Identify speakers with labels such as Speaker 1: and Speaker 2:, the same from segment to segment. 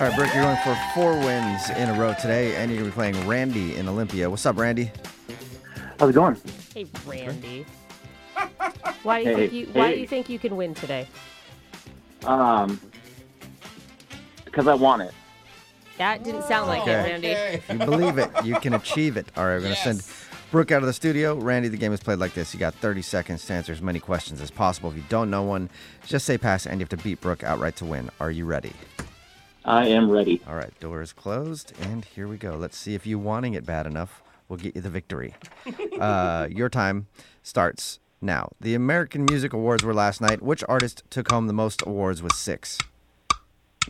Speaker 1: All right, Brooke, you're going for four wins in a row today, and you're going to be playing Randy in Olympia. What's up, Randy?
Speaker 2: How's it going?
Speaker 3: Hey, Randy. Why do you
Speaker 2: Hey,
Speaker 3: think you Why do
Speaker 2: hey.
Speaker 3: you think you can win today?
Speaker 2: Um, because I want it.
Speaker 3: That didn't sound like it,
Speaker 1: Okay.
Speaker 3: Randy.
Speaker 1: If you believe it, you can achieve it. All right, we're going to send Brooke out of the studio. Randy, the game is played like this. You got 30 seconds to answer as many questions as possible. If you don't know one, just say pass, and you have to beat Brooke outright to win. Are you ready?
Speaker 2: I am ready.
Speaker 1: All right, door is closed, and here we go. Let's see if you wanting it bad enough will get you the victory. uh, your time starts now. The American Music Awards were last night. Which artist took home the most awards with six?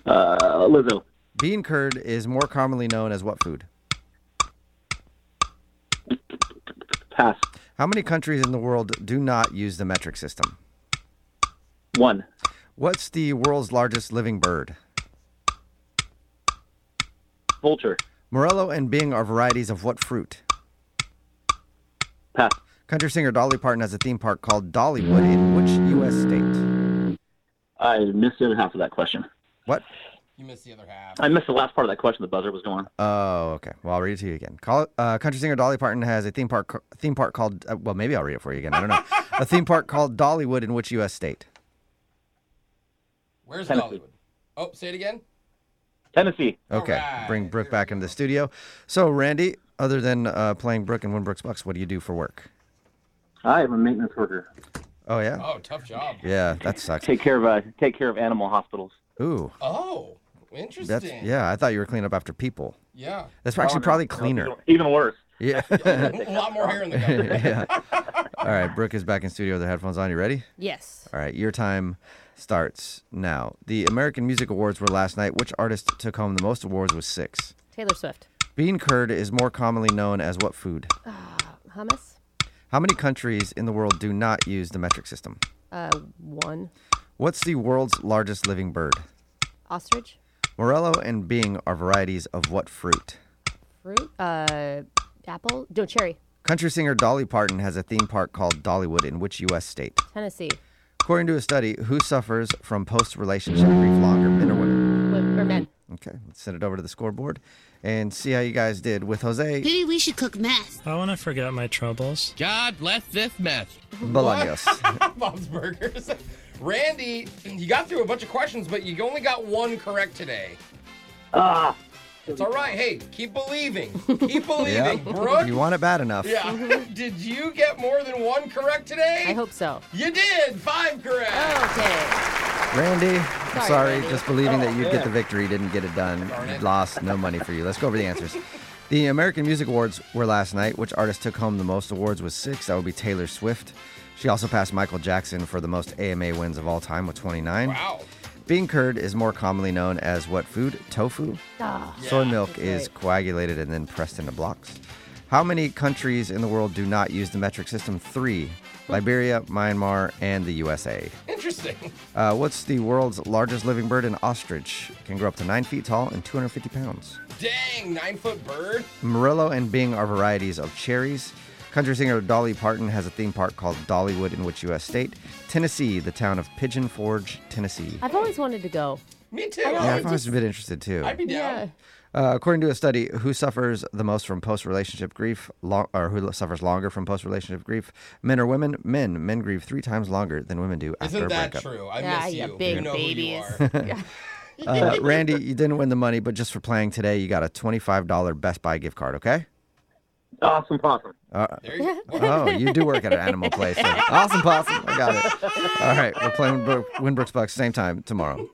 Speaker 2: Uh, Lizzo,
Speaker 1: Bean curd is more commonly known as what food?
Speaker 2: pass.
Speaker 1: How many countries in the world do not use the metric system?
Speaker 2: One.
Speaker 1: What's the world's largest living bird?
Speaker 2: Vulture,
Speaker 1: Morello and Bing are varieties of what fruit?
Speaker 2: pass.
Speaker 1: Country singer Dolly Parton has a theme park called Dollywood in which U.S. state?
Speaker 2: I missed the other half of that question.
Speaker 1: What?
Speaker 4: You missed the other half.
Speaker 2: I missed the last part of that question. The buzzer was going.
Speaker 1: Oh, okay. Well, I'll read it to you again. Col- uh, country singer Dolly Parton has a theme park theme park called. Uh, well, maybe I'll read it for you again. I don't know. a theme park called Dollywood in which U.S. state?
Speaker 4: Where's
Speaker 2: Tennessee.
Speaker 4: Dollywood? Oh, say it again.
Speaker 2: Tennessee,
Speaker 1: Okay,
Speaker 4: Alright,
Speaker 1: bring Brooke
Speaker 4: there
Speaker 1: back
Speaker 4: we
Speaker 1: into the
Speaker 4: go.
Speaker 1: studio. So, Randy, other than uh, playing Brooke and win Brooks Bucks, what do you do for work?
Speaker 2: I am a maintenance worker.
Speaker 1: Oh yeah,
Speaker 4: Oh, tough job.
Speaker 1: yeah, that sucks.
Speaker 2: Take care of uh, take care of animal hospitals.
Speaker 1: Ooh,
Speaker 4: Oh,
Speaker 1: that's
Speaker 4: interesting.
Speaker 1: yeah. I thought you were cleaning up after people.
Speaker 4: Yeah. Oh,
Speaker 1: That's
Speaker 2: Oh,
Speaker 1: actually
Speaker 2: no.
Speaker 1: probably
Speaker 2: No,
Speaker 1: cleaner.
Speaker 2: even- Even worse.
Speaker 1: Yeah.
Speaker 4: A lot more hair in the guy.
Speaker 1: yeah. All right, Brooke is back in studio with her headphones on. You ready?
Speaker 3: Yes.
Speaker 1: All right, your time starts now. The American Music Awards were last night. Which artist took home the most awards was six?
Speaker 3: Taylor Swift.
Speaker 1: Bean curd is more commonly known as what food?
Speaker 3: Hummus.
Speaker 1: How many countries in the world do not use the metric system?
Speaker 3: Uh, one.
Speaker 1: What's the world's largest living bird?
Speaker 3: Ostrich.
Speaker 1: Morello and Bing are varieties of what fruit?
Speaker 3: Fruit. Uh, apple. No, cherry.
Speaker 1: Country singer Dolly Parton has a theme park called Dollywood in which U.S. state?
Speaker 3: Tennessee.
Speaker 1: According to a study, who suffers from post relationship grief longer, men or women?
Speaker 3: Women, or men.
Speaker 1: Okay, let's send it over to the scoreboard and see how you guys did with Jose
Speaker 5: Maybe we should cook meth.
Speaker 6: I want to forget my troubles.
Speaker 4: God bless this mess.
Speaker 1: Bolaños.
Speaker 4: Bob's Burgers. Randy, you got through a bunch of questions, but you only got one correct today.
Speaker 2: Ah,
Speaker 4: It's all right. Hey, keep believing. Keep believing.
Speaker 1: If you
Speaker 4: Brooke,
Speaker 1: want it bad enough.
Speaker 4: yeah. did you get more than one correct today?
Speaker 3: Mm-hmm. I hope so.
Speaker 4: You did. Five correct.
Speaker 3: Okay.
Speaker 1: Randy, I'm sorry,
Speaker 3: Sorry, Randy.
Speaker 1: just believing that you'd get
Speaker 2: yeah.
Speaker 1: the victory, didn't get it done.
Speaker 4: Darn it.
Speaker 1: Lost, no money for you. Let's go over the answers. The American Music Awards were last night. Which artist took home the most awards was six. That would be Taylor Swift. She also passed Michael Jackson for the most AMA wins of all time with 29.
Speaker 4: Wow.
Speaker 1: Bean curd is more commonly known as what food? Tofu.
Speaker 3: Ah,
Speaker 1: Soy milk is
Speaker 3: right.
Speaker 1: coagulated and then pressed into blocks. How many countries in the world do not use the metric system? Three Liberia, Myanmar, and the USA.
Speaker 4: Interesting.
Speaker 1: Uh, what's the world's largest living bird? An ostrich. Can grow up to 9 feet tall and 250 pounds.
Speaker 4: Dang, nine foot bird.
Speaker 1: Morello and Bing are varieties of cherries. Country singer Dolly Parton has a theme park called Dollywood in which U.S. state? Tennessee, the town of Pigeon Forge, Tennessee.
Speaker 3: I've always wanted to go.
Speaker 4: Me too.
Speaker 1: Yeah,
Speaker 3: I
Speaker 1: I've always been interested too.
Speaker 4: I'd be
Speaker 3: Yeah.
Speaker 4: down.
Speaker 1: Uh, according to a study, who suffers the most from post-relationship grief, lo- or who suffers longer from post-relationship grief, men or women? Men. Men grieve three times longer than women do after
Speaker 4: Isn't
Speaker 1: a
Speaker 4: that
Speaker 1: breakup.
Speaker 4: true? I
Speaker 3: Ah,
Speaker 4: miss
Speaker 3: you
Speaker 4: you.
Speaker 3: big
Speaker 4: you know
Speaker 3: babies.
Speaker 4: who you are.
Speaker 1: Uh, Randy, you didn't win the money, but just for playing today, you got a twenty-five dollar Best Buy gift card. Okay.
Speaker 2: awesome possum.
Speaker 4: There you go. What?
Speaker 1: Oh, you do work at an animal place. then. awesome, possum. I got it. All right, we're playing Winbrook- Winbrook's Bucks same time tomorrow.